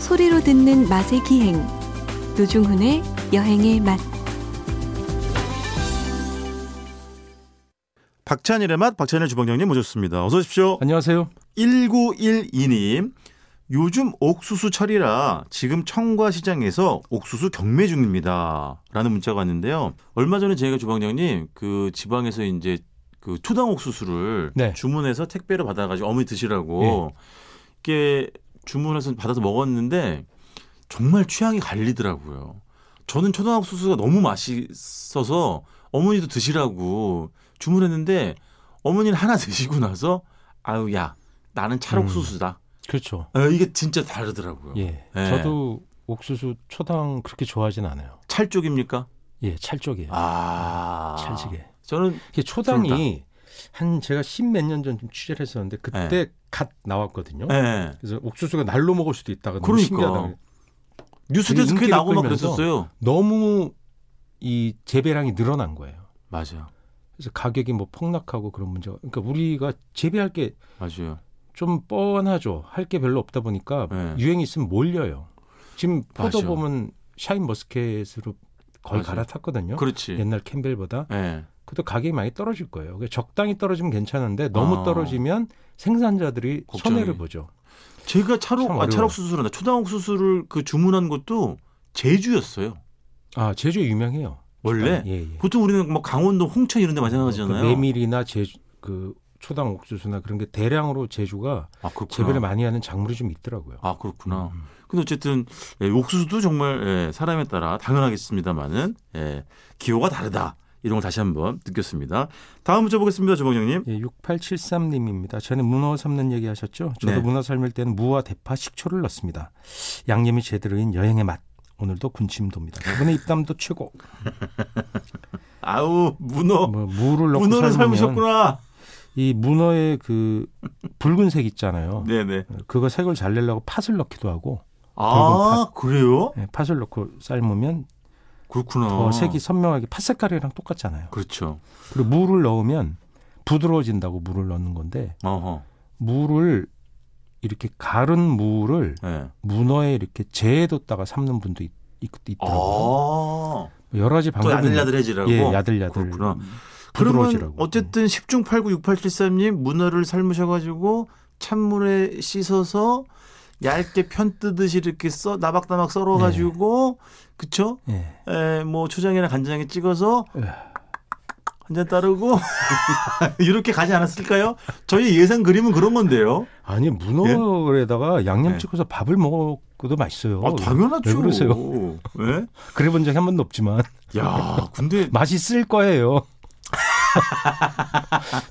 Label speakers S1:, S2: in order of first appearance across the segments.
S1: 소리로 듣는 맛의 기행 노중훈의 여행의 맛
S2: 박찬일의 맛 박찬일 주방장님 모셨습니다. 어서 오십시오.
S3: 안녕하세요.
S2: 1912님. 요즘 옥수수 철이라 지금 청과 시장에서 옥수수 경매 중입니다. 라는 문자가 왔는데요. 얼마 전에 저희가 주방장님 그 지방에서 이제 그 초당 옥수수를
S3: 네.
S2: 주문해서 택배로 받아가지고 어머니 드시라고 이게 주문해서 받아서 먹었는데 정말 취향이 갈리더라고요. 저는 초당 옥수수가 너무 맛있어서 어머니도 드시라고 주문했는데 어머니는 하나 드시고 나서 아유 야 나는 찰옥수수다.
S3: 그렇죠.
S2: 아, 이게 진짜 다르더라고요.
S3: 음. 예.
S2: 네.
S3: 저도 옥수수 초당 그렇게 좋아하진 않아요.
S2: 찰 쪽입니까?
S3: 예, 찰쪽이에요.
S2: 아.
S3: 찰지게.
S2: 저는
S3: 이게 초당이 한 제가 십몇 년 전 좀 취재를 했었는데 그때 갓 나왔거든요.
S2: 예.
S3: 그래서 옥수수가 날로 먹을 수도 있다가 너무
S2: 그러니까.
S3: 신기하다.
S2: 뉴스
S3: 되게
S2: 데스크에
S3: 인기를
S2: 나오고 막
S3: 끌면서.
S2: 그랬었어요.
S3: 너무 이 재배량이 늘어난 거예요.
S2: 맞아요.
S3: 그래서 가격이 뭐 폭락하고 그런 문제가. 그러니까 우리가 재배할
S2: 맞아요.
S3: 게 좀 뻔하죠. 할 게 별로 없다 보니까
S2: 네.
S3: 유행이 있으면 몰려요. 지금 포도
S2: 맞아요.
S3: 보면 샤인 머스켓으로
S2: 맞아요.
S3: 거의 갈아탔거든요.
S2: 그렇지.
S3: 옛날 캠벨보다
S2: 예.
S3: 그것도 가격이 많이 떨어질 거예요. 그러니까 적당히 떨어지면 괜찮은데 너무
S2: 아.
S3: 떨어지면 생산자들이
S2: 걱정이.
S3: 손해를 보죠.
S2: 제가 찰옥
S3: 참
S2: 아,
S3: 어려워요.
S2: 찰옥수수란다. 초당옥수수를 그 주문한 것도 제주였어요.
S3: 아 제주 유명해요.
S2: 원래
S3: 예, 예.
S2: 보통 우리는 뭐 강원도 홍천 이런 데 많이 생각하잖아요.
S3: 그 메밀이나 제주 그 초당 옥수수나 그런 게 대량으로 제주가
S2: 아, 그렇구나.
S3: 재배를 많이 하는 작물이 좀 있더라고요.
S2: 아, 그렇구나.
S3: 음.
S2: 근데 어쨌든 예, 옥수수도 정말 예, 사람에 따라 당연하겠습니다만은 예, 기호가 다르다 이런 걸 다시 한번 느꼈습니다. 다음 문자 보겠습니다, 조방장님.
S3: 예, 6873님입니다. 전에 문어 삶는 얘기 하셨죠? 저도
S2: 네.
S3: 문어 삶을 때는 무와 대파, 식초를 넣습니다. 양념이 제대로인 여행의 맛. 오늘도 군침돕니다. 이번에 입담도 최고.
S2: 아우 문어
S3: 뭐 무를 넣고
S2: 문어를
S3: 삶으면
S2: 삶으셨구나.
S3: 이 문어의 그 붉은색 있잖아요.
S2: 네네.
S3: 그거 색을 잘 내려고 팥을 넣기도 하고
S2: 아 그래요?
S3: 예, 팥을 넣고 삶으면
S2: 그렇구나.
S3: 더 색이 선명하게 팥 색깔이랑 똑같잖아요.
S2: 그렇죠.
S3: 그리고 무를 넣으면 부드러워진다고 무를 넣는 건데
S2: 어허.
S3: 무를 이렇게 가른 무를
S2: 예.
S3: 문어에 이렇게 재해뒀다가 삶는 분도 있, 더라고요
S2: 아.
S3: 여러 가지
S2: 또
S3: 방법이 있는데
S2: 야들야들해지라고.
S3: 예, 야들야들
S2: 음, 그렇구나. 그러면
S3: 부드러워지라고. 음.
S2: 어쨌든 10중 8구 6873님 문어를 삶으셔가지고 찬물에 씻어서 얇게 편 뜨듯이 이렇게 써 나박나박 썰어가지고 그쵸?
S3: 예.
S2: 에, 뭐 초장이나 간장에 찍어서
S3: 에휴.
S2: 한 잔 따르고 이렇게 가지 않았을까요? 저희 예상 그림은 그런 건데요.
S3: 아니 문어에다가 양념
S2: 예.
S3: 찍어서 밥을 먹어도 맛있어요.
S2: 아 당연하죠.
S3: 왜 그러세요?
S2: 예?
S3: 그래본 적이 한 번도 없지만
S2: 야 근데
S3: 맛있을 거예요.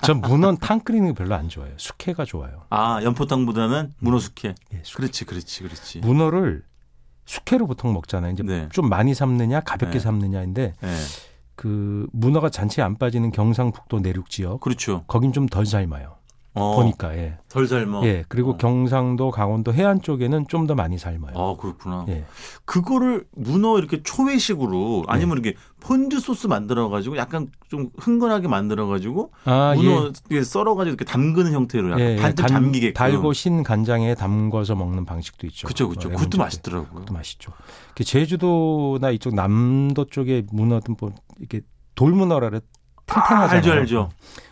S3: 전 문어는 탕 끓이는 거 별로 안 좋아해요. 숙회가 좋아요.
S2: 아 연포탕보다는 문어 숙회.
S3: 예, 숙-
S2: 그렇지 그렇지 그렇지.
S3: 문어를 숙회로 보통 먹잖아요. 이제
S2: 네.
S3: 좀 많이 삶느냐 가볍게
S2: 네.
S3: 삶느냐인데
S2: 예.
S3: 그 문어가 잔치에 안 빠지는 경상북도 내륙 지역
S2: 그렇죠.
S3: 거긴 좀 덜 삶아요.
S2: 어,
S3: 보니까 예.
S2: 덜 삶아.
S3: 예. 그리고
S2: 어.
S3: 경상도 강원도 해안 쪽에는 좀 더 많이 삶아요.
S2: 아 그렇구나.
S3: 예.
S2: 그거를 문어 이렇게 초회식으로 아니면 이렇게 폰즈 소스 만들어 가지고 약간 좀 흥건하게 만들어 가지고
S3: 아, 예,
S2: 문어 이렇게 썰어 가지고 이렇게 담그는 형태로 약간 반쯤
S3: 간-
S2: 잠기게끔
S3: 달고 신 간장에 담궈서 먹는 방식도 있죠.
S2: 그쵸 그쵸
S3: 어,
S2: 그것도
S3: 양념
S2: 맛있더라고요.
S3: 그것도 맛있죠. 그 제주도나 이쪽 남도 쪽에 문어든 뭐 이렇게 돌문어라래
S2: 아,
S3: 탱탱하잖아요.
S2: 알죠 알죠.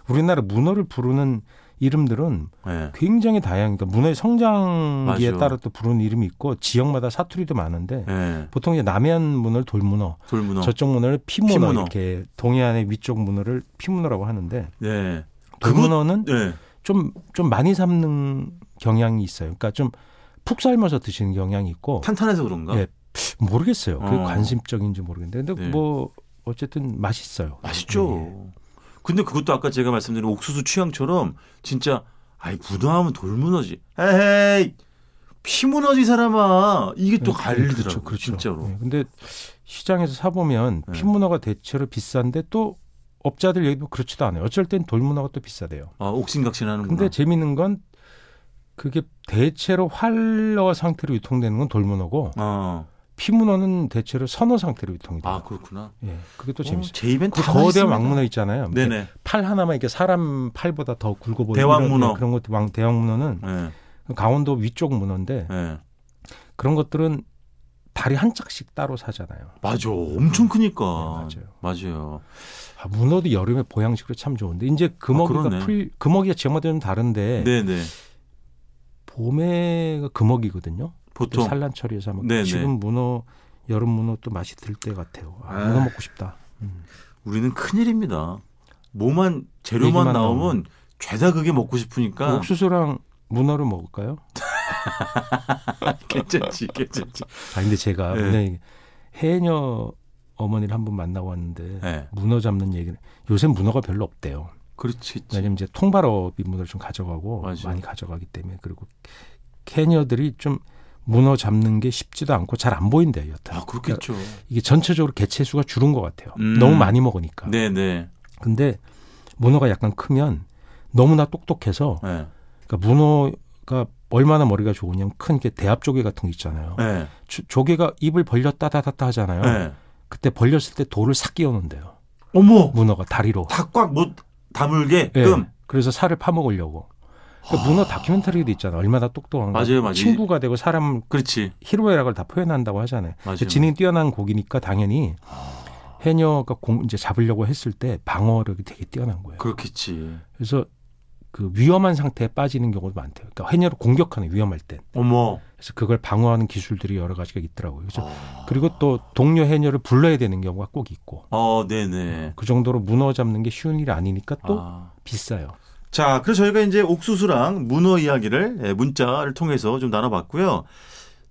S3: 우리나라 문어를 부르는 이름들은
S2: 예.
S3: 굉장히 다양하니까 문어의 성장기에
S2: 맞아요.
S3: 따라 또 부르는 이름이 있고 지역마다 사투리도 많은데
S2: 예.
S3: 보통 이제 남해안 문어를 돌문어,
S2: 돌문어.
S3: 저쪽 문어를 피문어,
S2: 피문어.
S3: 이렇게 동해안의 위쪽 문어를 피문어라고 하는데
S2: 네. 그거-
S3: 돌문어는
S2: 예.
S3: 좀, 좀 많이 삶는 경향이 있어요. 그러니까 좀 푹 삶아서 드시는 경향이 있고
S2: 탄탄해서 그런가?
S3: 예. 모르겠어요. 그게
S2: 어.
S3: 관심적인지 모르겠는데 근데
S2: 네.
S3: 뭐 어쨌든 맛있어요. 예.
S2: 맛있죠. 근데 그것도 아까 제가 말씀드린 옥수수 취향처럼 진짜 아이 문어하면 돌문어지. 에헤이 피문어지 이 사람아 이게 또
S3: 네,
S2: 갈리더라고
S3: 그렇죠, 그렇죠.
S2: 진짜로.
S3: 네, 근데 시장에서 사 보면
S2: 네.
S3: 핀문어가 대체로 비싼데 또 업자들 얘기도 그렇지도 않아요. 어쩔 땐 돌문어가 또 비싸대요.
S2: 아 옥신각신하는구나.
S3: 근데 재미있는 건 그게 대체로 활어 상태로 유통되는 건 돌문어고
S2: 어.
S3: 피문어는 대체로 선어 상태로 유통이 돼요.
S2: 아 그렇구나.
S3: 예, 그게 또 재밌어요.
S2: 제 입엔
S3: 그
S2: 다
S3: 거대한
S2: 맛있습니다.
S3: 왕문어 있잖아요. 이렇게
S2: 네네.
S3: 팔 하나만 이렇게 사람 팔보다 더 굵어 보이는 예,
S2: 대왕문어.
S3: 네, 그런 것도 왕 대왕문어는
S2: 예.
S3: 강원도 위쪽 문어인데
S2: 예.
S3: 그런 것들은 다리 한 짝씩 따로 사잖아요.
S2: 맞아. 엄청 크니까.
S3: 네, 맞아요.
S2: 맞아요.
S3: 아, 문어도 여름에 보양식으로 참 좋은데 이제
S2: 아,
S3: 금어기가
S2: 그러네.
S3: 풀 금어기가 제마다 좀 다른데
S2: 네, 네.
S3: 봄에 금어기거든요. 또
S2: 보통
S3: 산란 처리해서 막
S2: 네,
S3: 지금 문어 여름 문어 또 맛이 들 때 같아요. 아,
S2: 아.
S3: 문어 먹고 싶다.
S2: 우리는 큰일입니다. 뭐만 재료만
S3: 얘기만
S2: 나오면
S3: 나오면. 어,
S2: 죄다 그게 먹고 싶으니까
S3: 옥수수랑 문어를 먹을까요?
S2: 괜찮지, 괜찮지.
S3: 아 근데 제가
S2: 네.
S3: 문어 얘기- 해녀 어머니를 한 번 만나고 왔는데
S2: 네.
S3: 문어 잡는 얘기를 요새 문어가 별로 없대요.
S2: 그렇지.
S3: 왜냐면 이제 통발어비 문어를 좀 가져가고
S2: 맞아요.
S3: 많이 가져가기 때문에 그리고 캐녀들이 좀 문어 잡는 게 쉽지도 않고 잘 안 보인대요 여태.
S2: 아, 그렇겠죠.
S3: 이게 전체적으로 개체 수가 줄은 것 같아요.
S2: 음.
S3: 너무 많이 먹으니까.
S2: 네, 네.
S3: 근데 문어가 약간 크면 너무나 똑똑해서
S2: 네.
S3: 그러니까 문어가 얼마나 머리가 좋으냐면 큰 게 대합조개 같은 거 있잖아요.
S2: 네.
S3: 조- 조개가 입을 벌렸다 닫았다 하잖아요.
S2: 네.
S3: 그때 벌렸을 때 돌을 싹 끼워놓는데요.
S2: 어머,
S3: 문어가 다리로.
S2: 닭꽉 못 다물게
S3: 예.
S2: 끔.
S3: 그래서 살을 파먹으려고. 그러니까 문어 다큐멘터리도 있잖아요. 얼마나 똑똑한가.
S2: 맞아요, 맞아요.
S3: 친구가 되고 사람
S2: 그렇지.
S3: 희로애락을 다 표현한다고 하잖아요.
S2: 맞아요.
S3: 그 지능이 뛰어난 고기니까 당연히 해녀가 공 이제 잡으려고 했을 때 방어력이 되게 뛰어난 거예요.
S2: 그렇겠지.
S3: 그래서 그 위험한 상태에 빠지는 경우도 많대요. 그러니까 해녀를 공격하는 위험할 때.
S2: 어머.
S3: 그래서 그걸 방어하는 기술들이 여러 가지가 있더라고요. 그래서
S2: 아.
S3: 그리고 또 동료 해녀를 불러야 되는 경우가 꼭 있고.
S2: 어, 네, 네.
S3: 그 정도로 문어 잡는 게 쉬운 일이 아니니까 또
S2: 아.
S3: 비싸요.
S2: 자, 그래서 저희가 이제 옥수수랑 문어 이야기를 예, 문자를 통해서 좀 나눠봤고요.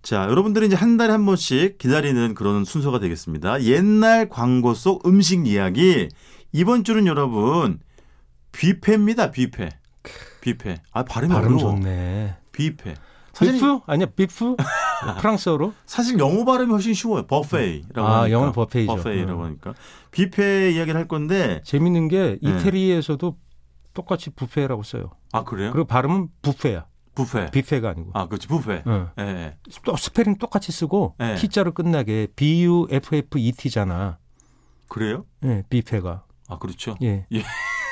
S2: 자, 여러분들이 이제 한 달에 한 번씩 기다리는 그런 순서가 되겠습니다. 옛날 광고 속 음식 이야기. 이번 주는 여러분 뷔페입니다. 뷔페. 뷔페. 아, 발음이
S3: 발음
S2: 어려워.
S3: 좋네.
S2: 뷔페. 사실
S3: 비프? 아니야, 비프? 프랑스어로?
S2: 사실 영어 발음이 훨씬 쉬워요. 버페이라고
S3: 아,
S2: 하니까.
S3: 영어는 버페이죠.
S2: 버페이라고
S3: 음.
S2: 하니까. 뷔페 이야기를 할 건데
S3: 재밌는 게
S2: 네.
S3: 이태리에서도 똑같이 부페라고 써요.
S2: 아, 그래요?
S3: 그리고 발음은 부페야.
S2: 뷔페.
S3: 뷔페가 아니고.
S2: 아, 그렇지. 뷔페.
S3: 응.
S2: 예. 예.
S3: 또 스페링 똑같이 쓰고
S2: 네.
S3: T자로 끝나게 B U F F E T잖아.
S2: 그래요?
S3: 예, 뷔페가.
S2: 아, 그렇죠.
S3: 예.
S2: 예.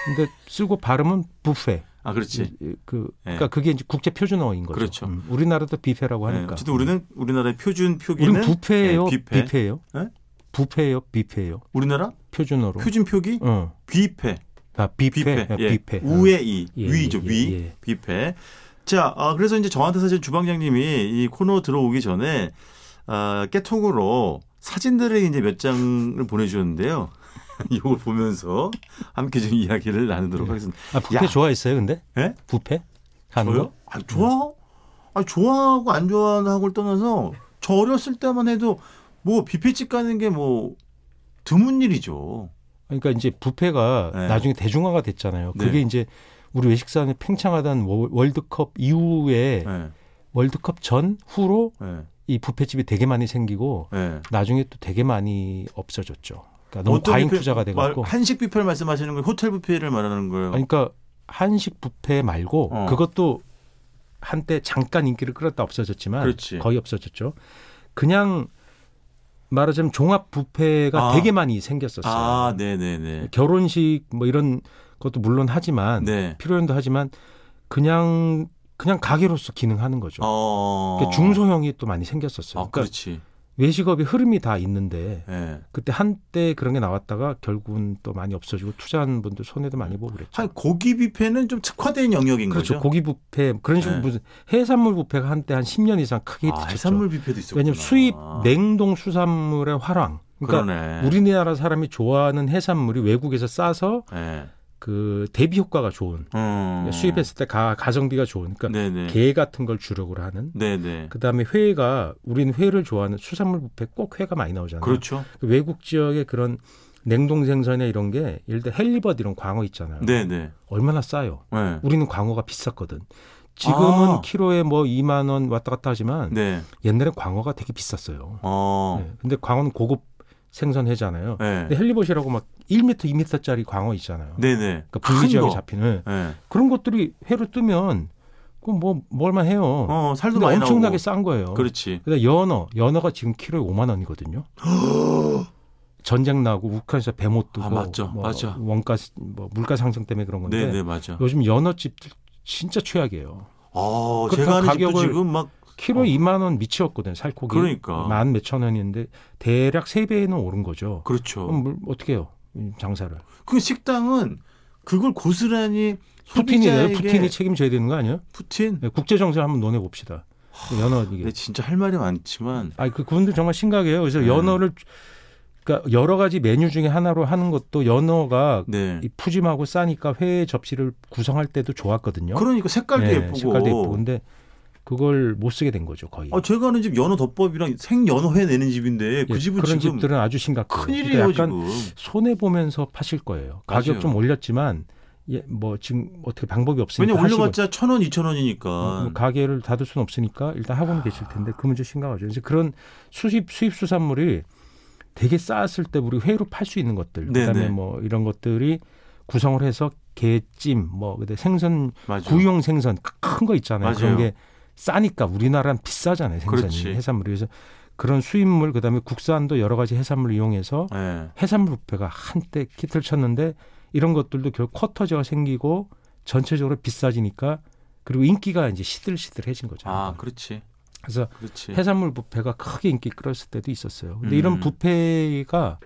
S3: 근데 쓰고 발음은 부페.
S2: 아, 그렇지.
S3: 예, 그
S2: 예.
S3: 그러니까 그게 이제 국제 표준어인 거죠.
S2: 그렇죠.
S3: 음, 우리나라도 뷔페라고
S2: 네,
S3: 하니까. 음.
S2: 어쨌든 우리는 우리나라의 표준 표기는
S3: 우리는 부페예요.
S2: 예, 뷔페.
S3: 뷔페. 예요
S2: 예?
S3: 부페예요. 뷔페예요.
S2: 우리나라
S3: 표준어로.
S2: 표준 표기
S3: 어.
S2: 뷔페.
S3: 아, 뷔페.
S2: 뷔페.
S3: 예,
S2: 예.
S3: 뷔페.
S2: 우의 이
S3: 예,
S2: 위죠
S3: 예,
S2: 위
S3: 예.
S2: 뷔페. 자, 아, 그래서 이제 저한테 사실 주방장님이 이 코너 들어오기 전에 아, 깨톡으로 사진들을 이제 몇 장을 보내주셨는데요. 이걸 보면서 함께 좀 이야기를 나누도록 하겠습니다.
S3: 아, 부페
S2: 야.
S3: 좋아했어요, 근데?
S2: 예?
S3: 부페? 하는
S2: 저요?
S3: 거?
S2: 아, 좋아. 아, 좋아하고 안 좋아하는 걸 떠나서 저 어렸을 때만 해도 뭐 뷔페집 가는 게 뭐 드문 일이죠.
S3: 그러니까 이제 부페가
S2: 네.
S3: 나중에 대중화가 됐잖아요.
S2: 네.
S3: 그게 이제 우리 외식산이 팽창하던 월- 월드컵 이후에
S2: 예.
S3: 월드컵 전 후로
S2: 예.
S3: 이 부페집이 되게 많이 생기고
S2: 예.
S3: 나중에 또 되게 많이 없어졌죠. 그러니까 너무
S2: 어떤
S3: 과잉
S2: 뷔페-
S3: 투자가 돼
S2: 말-
S3: 갖고
S2: 한식 뷔페를 말씀하시는 거예요? 호텔 뷔페를 말하는 거예요?
S3: 아니, 그러니까 한식 부페 말고
S2: 어.
S3: 그것도 한때 잠깐 인기를 끌었다 없어졌지만
S2: 그렇지.
S3: 거의 없어졌죠. 그냥 말하자면 종합 부페가
S2: 아.
S3: 되게 많이 생겼었어요.
S2: 아, 네네네.
S3: 결혼식 뭐 이런 것도 물론 하지만
S2: 네.
S3: 필요연도 하지만 그냥 그냥 가게로서 기능하는 거죠.
S2: 어.
S3: 그러니까 중소형이 또 많이 생겼었어요.
S2: 아,
S3: 그러니까
S2: 그렇지.
S3: 외식업이 흐름이 다 있는데
S2: 예.
S3: 그때 한때 그런 게 나왔다가 결국은 또 많이 없어지고 투자한 분들 손해도 많이 보고 그랬죠.
S2: 한 고기 뷔페는 좀 특화된 영역인
S3: 그렇죠.
S2: 거죠.
S3: 고기 뷔페 그런 식으로
S2: 네.
S3: 무슨 해산물 뷔페가 한때 한 10년 이상 크게
S2: 아,
S3: 부딪혔죠.
S2: 해산물 뷔페도 있었구나.
S3: 왜냐하면 수입 냉동 수산물의 화랑. 그러니까
S2: 그러네.
S3: 우리나라 사람이 좋아하는 해산물이 외국에서 싸서
S2: 예.
S3: 그 대비 효과가 좋은
S2: 음.
S3: 수입했을 때 가, 가성비가 좋은 그러니까
S2: 네네.
S3: 게 같은 걸 주력으로 하는
S2: 네네.
S3: 그다음에 회가 우리는 회를 좋아하는 수산물 뷔페 꼭 회가 많이 나오잖아요.
S2: 그렇죠.
S3: 그 외국 지역의 그런 냉동 생선이나 이런 게 예를 들어 헬리버드 이런 광어 있잖아요.
S2: 네네.
S3: 얼마나 싸요?
S2: 예.
S3: 우리는 광어가 비쌌거든. 지금은
S2: 아.
S3: 키로에 뭐 2만 원 왔다 갔다 하지만
S2: 네.
S3: 옛날에 광어가 되게 비쌌어요.
S2: 어.
S3: 네. 근데 광어는 고급 생선회잖아요.
S2: 예.
S3: 근데 헬리버시라고 막 1m, 2m짜리 광어 있잖아요.
S2: 네네.
S3: 그러니까
S2: 큰
S3: 분리지역에
S2: 거.
S3: 잡히는
S2: 예.
S3: 그런 것들이 회로 뜨면 그건 뭐 뭘만 해요.
S2: 어, 살도
S3: 근데
S2: 많이 나오고.
S3: 엄청나게 싼 거예요.
S2: 그렇지.
S3: 그다음에 연어, 연어가 지금 키로에 5만 원이거든요. 전쟁 나고 우크라이나 배못 뜨고
S2: 아, 맞죠. 맞아.
S3: 원가 뭐 물가 상승 때문에 그런 건데
S2: 네네, 맞아.
S3: 요즘 연어집들 진짜 최악이에요.
S2: 어,
S3: 그렇다고 그러니까
S2: 제가 아는 집도
S3: 가격을-
S2: 지금 막
S3: 키로
S2: 어.
S3: 2만 원 미치었거든 살코기.
S2: 그러니까.
S3: 만 몇천 원인데 대략 세 배는 오른 거죠.
S2: 그렇죠.
S3: 그럼 뭘 어떻게 해요? 이 장사를.
S2: 그 식당은 그걸 고스란히
S3: 푸틴이네요.
S2: 소비자에게
S3: 푸틴이 책임져야 되는 거 아니에요?
S2: 푸틴?
S3: 네, 국제 정세를 한번 논해 봅시다. 연어 이게.
S2: 근데 진짜 할 말이 많지만
S3: 아니 그 그분들 정말 심각해요. 그래서
S2: 네.
S3: 연어를 그러니까 여러 가지 메뉴 중에 하나로 하는 것도 연어가
S2: 네.
S3: 이 푸짐하고 싸니까 회 접시를 구성할 때도 좋았거든요.
S2: 그러니까 색깔도
S3: 예,
S2: 예쁘고.
S3: 색깔도 예쁘고 근데 그걸 못 쓰게 된 거죠 거의.
S2: 아, 제가 아는 집 연어 덮밥이랑 생연어회 내는 집인데 그
S3: 예,
S2: 집은
S3: 그런
S2: 지금
S3: 집들은 아주 심각해요.
S2: 큰일이에요
S3: 그러니까 약간
S2: 지금.
S3: 손해 보면서 파실 거예요. 가격
S2: 맞아요.
S3: 좀 올렸지만 예, 뭐 지금 어떻게 방법이 없으니까
S2: 왜냐
S3: 하시고
S2: 올려봤자 천 원, 이천 원이니까.
S3: 뭐 가게를 닫을 수는 없으니까 일단 하고는 계실 텐데 그 문제 심각하죠. 이제 그런 수입 수입 수산물이 되게 싸았을 때 우리 회로 팔 수 있는 것들
S2: 네,
S3: 그다음에
S2: 네.
S3: 뭐 이런 것들이 구성을 해서 게찜 뭐 근데 생선
S2: 맞아요.
S3: 구용 생선 큰 거 있잖아요. 그런
S2: 맞아요.
S3: 게 싸니까 우리나라는 비싸잖아요. 생선이
S2: 그렇지.
S3: 해산물이 그래서 그런 수입물 그다음에 국산도 여러 가지 해산물을 이용해서
S2: 예.
S3: 해산물 부패가 한때 키트를 쳤는데 이런 것들도 결국 쿼터제가 생기고 전체적으로 비싸지니까 그리고 인기가 이제 시들시들해진 거죠.
S2: 아, 그렇지,
S3: 그래서
S2: 그렇지.
S3: 해산물 부패가 크게 인기 끌었을 때도 있었어요. 근데
S2: 음.
S3: 이런 부패가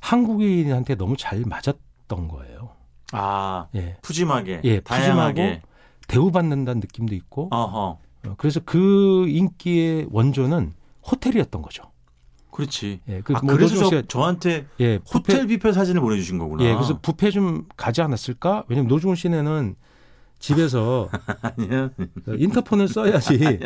S3: 한국인한테 너무 잘 맞았던 거예요.
S2: 아,
S3: 예.
S2: 푸짐하게,
S3: 예,
S2: 다양하게. 아.
S3: 대우받는다는 느낌도 있고
S2: 어허,
S3: 어, 그래서 그 인기의 원조는 호텔이었던 거죠.
S2: 그렇지.
S3: 예, 그
S2: 아,
S3: 뭐
S2: 그래서
S3: 노중훈
S2: 저,
S3: 씨가,
S2: 저한테
S3: 예, 부패-
S2: 호텔 뷔페 사진을 보내주신 거구나.
S3: 예, 그래서 부패 좀 가지 않았을까? 왜냐면 노중훈 씨네는 집에서
S2: 아니야.
S3: 그 인터폰을 써야지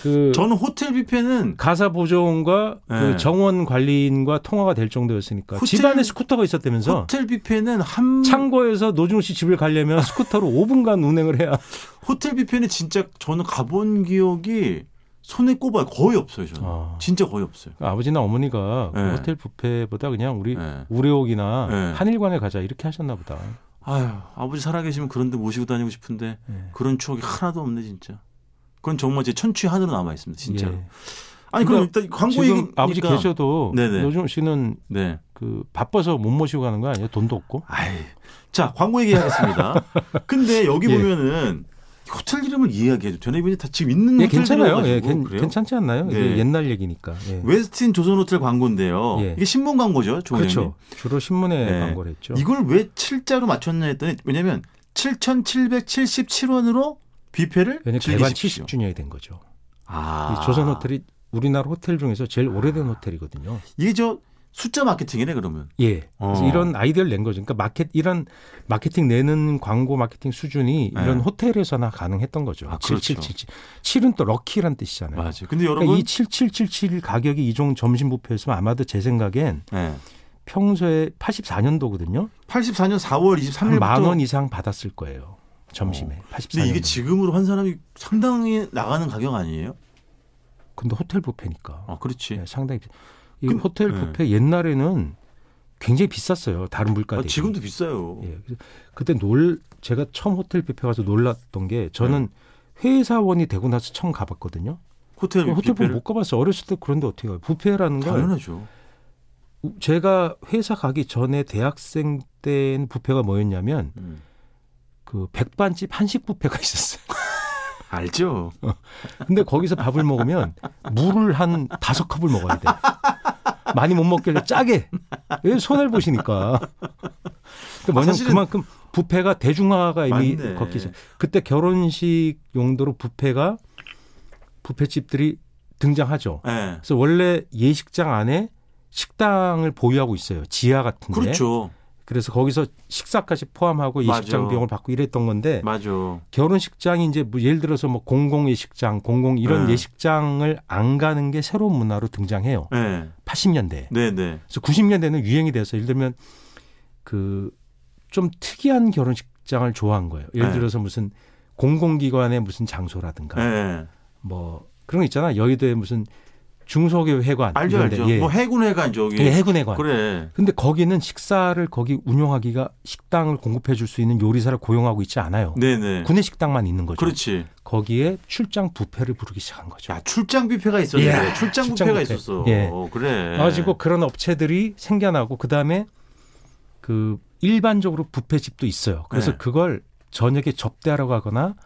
S3: 그
S2: 저는 호텔 뷔페는
S3: 가사 보조원과 그
S2: 네.
S3: 정원 관리인과 통화가 될 정도였으니까
S2: 호텔-
S3: 집안에 스쿠터가 있었다면서
S2: 호텔 뷔페는 한
S3: 창고에서 노중훈 씨 집을 가려면 스쿠터로 5분간 운행을 해야
S2: 호텔 뷔페는 진짜 저는 가본 기억이 손에 꼽아요. 거의 없어요, 저는.
S3: 아.
S2: 진짜 거의 없어요.
S3: 아버지나 어머니가 그
S2: 네.
S3: 호텔 뷔페보다 그냥 우리
S2: 예.
S3: 우레옥이나
S2: 네.
S3: 한일관에 가자 이렇게 하셨나 보다.
S2: 아유, 아버지 살아계시면 그런데 모시고 다니고 싶은데
S3: 네.
S2: 그런 추억이 하나도 없네 진짜. 그건 정말 제 천추의 하늘로 남아 있습니다, 진짜로.
S3: 예.
S2: 아니 그럼
S3: 그러니까
S2: 일단 광고
S3: 지금
S2: 얘기니까.
S3: 아버지 계셔도
S2: 네네.
S3: 노중훈 씨는
S2: 네.
S3: 그 바빠서 못 모시고 가는 거 아니에요? 돈도 없고.
S2: 아이, 자 광고 얘기하겠습니다. 근데 여기
S3: 예.
S2: 보면은 호텔 이름을 이야기해도 되나 이분이 다 지금 있는
S3: 예,
S2: 호텔
S3: 괜찮아요. 예, 괜,
S2: 음, 그래요?
S3: 괜찮지 않나요? 이게
S2: 네.
S3: 옛날 얘기니까. 예.
S2: 웨스틴 조선호텔 광고인데요.
S3: 예.
S2: 이게 신문 광고죠, 조원장님.
S3: 그렇죠. 주로 신문에
S2: 네.
S3: 광고를 했죠.
S2: 이걸 왜 7자로 맞췄냐 했더니 왜냐면 7,777원으로 뷔페를
S3: 왜냐면 개발
S2: 즐기십시오.
S3: 70주년이 된 거죠.
S2: 아.
S3: 이 조선 호텔이 우리나라 호텔 중에서 제일 오래된 호텔이거든요.
S2: 이게 저 숫자 마케팅이네 그러면.
S3: 예. 그래서
S2: 어.
S3: 이런 아이디어를 낸 거죠. 그러니까 마켓 이런 마케팅 내는 광고 마케팅 수준이 이런
S2: 네.
S3: 호텔에서나 가능했던 거죠.
S2: 아, 그렇죠.
S3: 7777. 7은 또 럭키란 뜻이잖아요.
S2: 맞아요. 근데 여러분
S3: 그러니까 이 7777 가격이 이종 점심 부페였으면 아마도 제 생각엔
S2: 네.
S3: 평소에 84년도거든요.
S2: 84년 4월 23일부터 어.
S3: 한 만 원 이상 받았을 거예요. 점심에. 84년도.
S2: 근데 이게 지금으로 한 사람이 상당히 나가는 가격 아니에요?
S3: 근데 호텔 부페니까.
S2: 아, 그렇지.
S3: 네, 상당히 비- 이
S2: 근-
S3: 호텔
S2: 네.
S3: 부페 옛날에는 굉장히 비쌌어요. 다른 물가
S2: 아,
S3: 대비.
S2: 지금도 비싸요.
S3: 예. 그래서 그때 놀 제가 처음 호텔 뷔페 가서 놀랐던 게 저는 회사원이 되고 나서 처음 가봤거든요.
S2: 호텔
S3: 그 호텔 뭐 뷔페
S2: 예. 네, 뷔페를
S3: 못 가봤어요. 어렸을 때 그런데 어떻게 가요? 뷔페라는 건
S2: 당연하죠.
S3: 제가 회사 가기 전에 대학생 때는 뷔페가 뭐였냐면
S2: 음.
S3: 그 백반집 한식 뷔페가 있었어요.
S2: 알죠.
S3: 근데 거기서 밥을 먹으면 물을 한 다섯 컵을 먹어야 돼. 많이 못 먹길래 짜게 왜 손해를 보시니까. 그 뭐냐면
S2: 사실은-
S3: 그만큼 부패가 대중화가 이미
S2: 맞네.
S3: 걷기 시작. 그때 결혼식 용도로 부패가 부패집들이 등장하죠.
S2: 예.
S3: 그래서 원래 예식장 안에 식당을 보유하고 있어요. 지하 같은데.
S2: 그렇죠.
S3: 그래서 거기서 식사까지 포함하고 예식장
S2: 맞아.
S3: 비용을 받고 이랬던 건데
S2: 맞아.
S3: 결혼식장이 이제 뭐 예를 들어서 뭐 공공 예식장, 공공 이런
S2: 네.
S3: 예식장을 안 가는 게 새로운 문화로 등장해요.
S2: 예.
S3: 80년대.
S2: 네, 네.
S3: 그래서 90년대는 유행이 돼서 예를 들면 그 좀 특이한 결혼식장을 좋아한 거예요. 예를
S2: 네.
S3: 들어서 무슨 공공기관의 무슨 장소라든가
S2: 예.
S3: 뭐 그런 거 있잖아. 여의도에 무슨 중소기업 회관
S2: 알죠,
S3: 이런 데.
S2: 알죠.
S3: 예.
S2: 뭐 해군 회관 저기.
S3: 예, 해군 회관.
S2: 그래.
S3: 근데 거기는 식사를 거기 운영하기가 식당을 공급해 줄 수 있는 요리사를 고용하고 있지 않아요.
S2: 네, 네.
S3: 군내 식당만 있는 거죠.
S2: 그렇지.
S3: 거기에 출장 부페를 부르기 시작한 거죠.
S2: 야, 출장 뷔페가 있었는데
S3: 예,
S2: 출장
S3: 출장
S2: 뷔페가
S3: 뷔페.
S2: 있었어.
S3: 예.
S2: 어, 그래.
S3: 가지고 그런 업체들이 생겨나고 그다음에 그 일반적으로 부페집도 있어요. 그래서
S2: 네.
S3: 그걸 저녁에 접대하러 가거나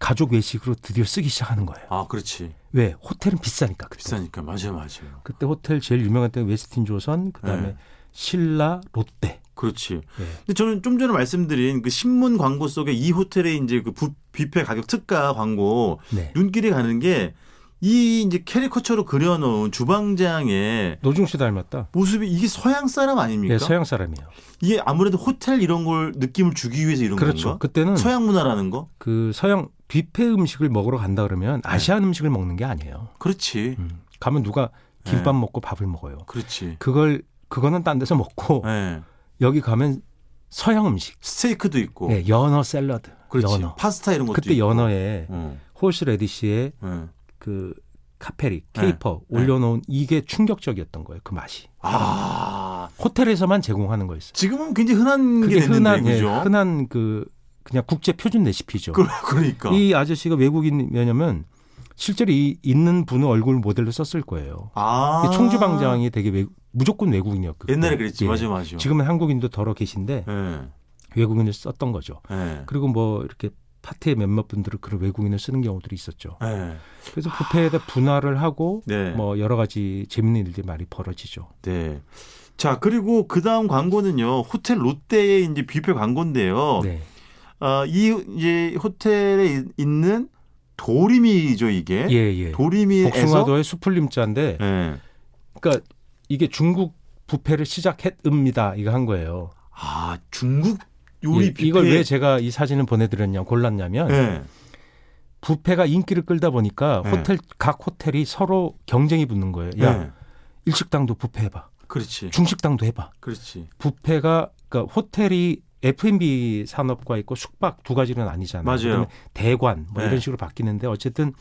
S3: 가족 외식으로 드디어 쓰기 시작하는 거예요.
S2: 아, 그렇지.
S3: 왜? 호텔은 비싸니까 그때.
S2: 비싸니까. 맞아요, 맞아요.
S3: 그때 호텔 제일 유명한 때가 웨스틴 조선, 그다음에
S2: 네.
S3: 신라, 롯데.
S2: 그렇지.
S3: 예.
S2: 근데 저는 좀 전에 말씀드린 그 신문 광고 속에 이 호텔의 이제 그 부- 뷔페 가격 특가 광고
S3: 네.
S2: 눈길이 가는 게 이 이제 캐리커처로 그려놓은 주방장의
S3: 노중 씨 닮았다.
S2: 모습이 이게 서양 사람 아닙니까?
S3: 예, 서양 사람이에요.
S2: 이게 아무래도 호텔 이런 걸 느낌을 주기 위해서 이런
S3: 그렇죠.
S2: 건가?
S3: 그때는
S2: 서양 문화라는 거?
S3: 그 서양 뷔페 음식을 먹으러 간다 그러면
S2: 네.
S3: 아시안 음식을 먹는 게 아니에요.
S2: 그렇지.
S3: 음, 가면 누가 김밥
S2: 네.
S3: 먹고 밥을 먹어요.
S2: 그렇지.
S3: 그걸 그거는 딴 데서 먹고
S2: 예.
S3: 여기 가면 서양 음식,
S2: 스테이크도 있고.
S3: 예, 연어 샐러드,
S2: 그렇지.
S3: 연어.
S2: 파스타 이런 것도
S3: 그때
S2: 있고.
S3: 연어에
S2: 어.
S3: 호시 레디시에
S2: 예.
S3: 그 카페리,
S2: 네.
S3: 케이퍼
S2: 네.
S3: 올려놓은 이게 충격적이었던 거예요. 그 맛이
S2: 아.
S3: 호텔에서만 제공하는 거였어요.
S2: 지금은 굉장히 흔한 게
S3: 그게
S2: 됐는데
S3: 흔한 예,
S2: 그죠?
S3: 흔한 그 그냥 국제 표준 레시피죠.
S2: 그, 그러니까.
S3: 이 아저씨가 외국인이냐면 실제로 이 있는 분의 얼굴 모델로 썼을 거예요.
S2: 아.
S3: 이 총주방장이 되게 외- 무조건 외국인이었거든요.
S2: 옛날에 그랬지.
S3: 예.
S2: 맞아 맞아.
S3: 지금은 한국인도 더러 계신데
S2: 예.
S3: 외국인을 썼던 거죠.
S2: 예.
S3: 그리고 뭐 이렇게 파티에 몇몇 분들은 그런 외국인을 쓰는 경우들이 있었죠.
S2: 예.
S3: 그래서 부패에다 분할을 하고
S2: 네.
S3: 뭐 여러 가지 재밌는 일들이 많이 벌어지죠.
S2: 네. 자, 그리고 그다음 광고는요. 호텔 롯데의 이제 뷔페 광고인데요.
S3: 네.
S2: 아, 이 이제 호텔에 이- 있는 도리미죠, 이게.
S3: 예, 예.
S2: 도리미에서
S3: 복숭아도의 수풀림자인데
S2: 예.
S3: 그러니까 이게 중국 부패를 시작했습니다. 이거 한 거예요.
S2: 아, 중국 요리
S3: 예,
S2: 뷔페
S3: 이걸 왜 제가 이 사진을 보내드렸냐 골랐냐면
S2: 예.
S3: 부패가 인기를 끌다 보니까
S2: 네.
S3: 호텔 각 호텔이 서로 경쟁이 붙는 거예요. 야
S2: 예.
S3: 일식당도 부패해봐,
S2: 그렇지.
S3: 중식당도 해봐.
S2: 그렇지.
S3: 부패가 그러니까 호텔이 F&B 산업과 있고 숙박 두 가지는 아니잖아요.
S2: 맞아요.
S3: 그다음에 대관 뭐
S2: 네.
S3: 이런 식으로 바뀌는데 어쨌든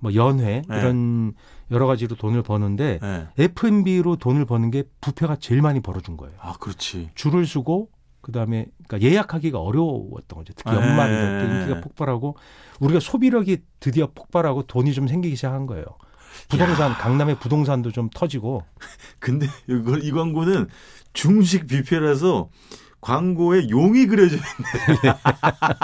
S3: 뭐 연회
S2: 네.
S3: 이런 여러 가지로 돈을 버는데
S2: 예.
S3: F&B로 돈을 버는 게 부패가 제일 많이 벌어준 거예요.
S2: 아, 그렇지.
S3: 줄을 서고 그다음에 그러니까 예약하기가 어려웠던 거죠. 특히
S2: 아,
S3: 연말
S2: 예,
S3: 이럴 때
S2: 예, 예.
S3: 인기가 폭발하고 우리가 소비력이 드디어 폭발하고 돈이 좀 생기기 시작한 거예요. 부동산 강남의 부동산도 좀 터지고
S2: 근데 이걸 이 광고는 중식 뷔페라서 광고에 용이 그려져 있네.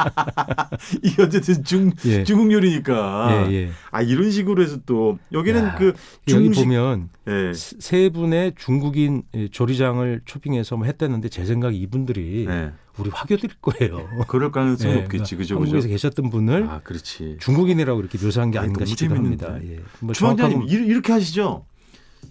S2: 이게 어쨌든 중
S3: 예.
S2: 중국 요리니까.
S3: 예, 예.
S2: 아 이런 식으로 해서 또 여기는
S3: 야.
S2: 그
S3: 여기
S2: 중식
S3: 보면
S2: 예.
S3: 세- 세 분의 중국인 예, 조리장을 초빙해서 뭐 했다는데 제 생각에 이분들이
S2: 예. 아,
S3: 우리 화교들일 거예요.
S2: 그럴 가능성이
S3: 예,
S2: 네. 높겠지. 그죠
S3: 한국에서
S2: 그죠.
S3: 계셨던 분을
S2: 아, 그렇지.
S3: 중국인이라고 이렇게 묘사한 게
S2: 아니,
S3: 아닌가
S2: 너무
S3: 싶기도
S2: 재밌는데.
S3: 합니다. 예. 뭐
S2: 주방장님
S3: 정확하고-
S2: 이- 이렇게 하시죠.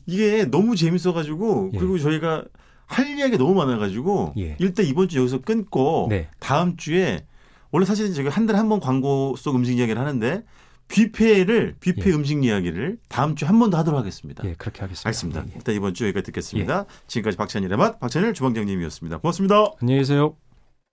S2: 이게 너무 재밌어 가지고
S3: 예.
S2: 그리고 저희가 할 이야기가 너무 많아 가지고
S3: 예.
S2: 일단 이번 주 여기서 끊고
S3: 네.
S2: 다음 주에 원래 사실은 저희가 한 달에 한 번 광고 속 음식 이야기를 하는데 뷔페를 뷔페
S3: 예.
S2: 음식 이야기를 다음 주에 한 번 더 하도록 하겠습니다.
S3: 예, 그렇게 하겠습니다.
S2: 알겠습니다.
S3: 예.
S2: 일단 이번 주 여기까지 듣겠습니다. 지금까지 박찬일의 맛 박찬일 주방장님이었습니다. 고맙습니다.
S3: 안녕히 계세요.